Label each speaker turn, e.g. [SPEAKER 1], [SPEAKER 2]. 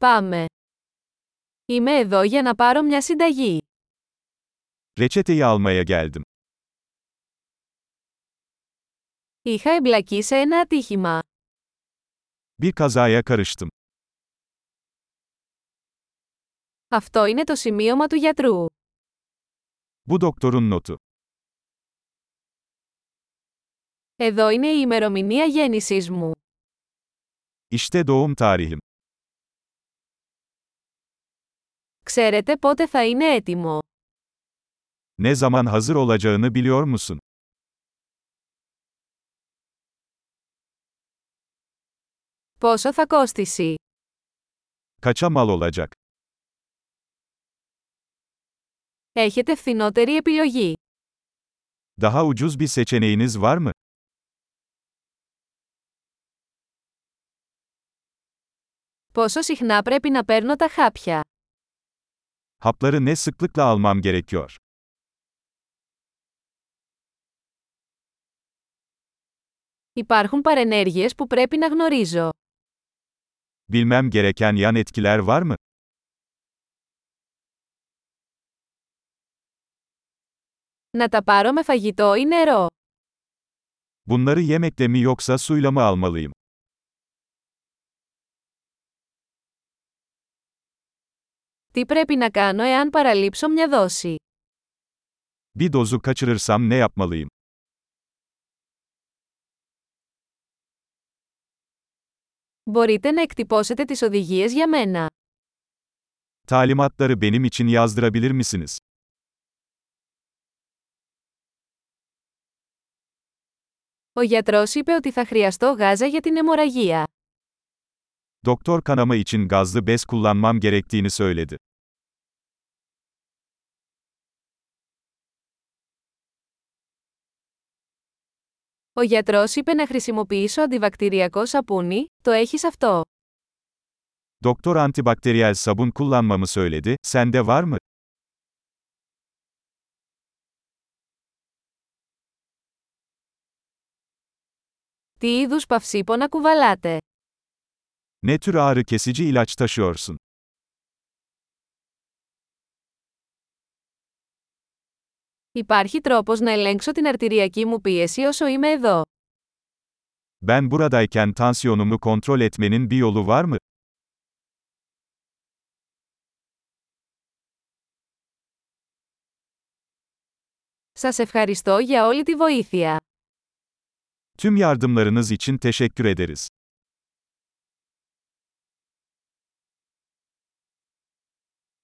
[SPEAKER 1] Πάμε. Είμαι εδώ για να πάρω μια συνταγή.
[SPEAKER 2] Reçeteyi almaya geldim.
[SPEAKER 1] Είχα εμπλακεί σε ένα ατύχημα.
[SPEAKER 2] Bir kazaya karıştım.
[SPEAKER 1] Αυτό είναι το σημείωμα του γιατρού.
[SPEAKER 2] Bu doktorun notu.
[SPEAKER 1] Εδώ είναι η ημερομηνία γέννησής μου.
[SPEAKER 2] İşte doğum tarihim.
[SPEAKER 1] Ξέρετε πότε θα είναι έτοιμο.
[SPEAKER 2] Ne zaman hazır olacağını biliyor musun?
[SPEAKER 1] Πόσο θα κόστησει.
[SPEAKER 2] Kaça mal olacak?
[SPEAKER 1] Έχετε φθηνότερη επιλογή.
[SPEAKER 2] Daha ucuz bir seçeneğiniz var mı?
[SPEAKER 1] Πόσο συχνά πρέπει να παίρνω τα χάπια.
[SPEAKER 2] Hapları ne sıklıkla almam gerekiyor?
[SPEAKER 1] Υπάρχουν παρενέργειες που πρέπει να γνωρίζω.
[SPEAKER 2] Bilmem gereken yan etkiler var mı?
[SPEAKER 1] Να τα πάρω με φαγητό ή νερό.
[SPEAKER 2] Bunları yemekle mi yoksa suyla mı almalıyım?
[SPEAKER 1] Τι πρέπει να κάνω εάν παραλείψω μια δόση.
[SPEAKER 2] Bir dozu kaçırırsam ne yapmalıyım?
[SPEAKER 1] Μπορείτε να εκτυπώσετε τις οδηγίες για μένα.
[SPEAKER 2] Talimatları benim için yazdırabilir misiniz?
[SPEAKER 1] Ο γιατρός είπε ότι θα χρειαστώ γάζα για την αιμορραγία.
[SPEAKER 2] Doktor kanama için gazlı bez kullanmam gerektiğini söyledi.
[SPEAKER 1] Ο γιατρός είπε να χρησιμοποιήσω αντιβακτηριακό σαπούνι, το έχεις αυτό.
[SPEAKER 2] Doktor antibakteriyel sabun kullanmamı söyledi, sende var mı?
[SPEAKER 1] Τι είδους παυσίπονα κουβαλάτε.
[SPEAKER 2] Ne tür ağrı kesici ilaç taşıyorsun?
[SPEAKER 1] Υπάρχει τρόπος να ελέγξω την αρτηριακή μου πίεση όσο είμαι εδώ.
[SPEAKER 2] Ben buradayken tansiyonumu kontrol etmenin bir yolu var mı?
[SPEAKER 1] Σας ευχαριστώ για όλη τη βοήθεια.
[SPEAKER 2] Tüm yardımlarınız için teşekkür ederiz.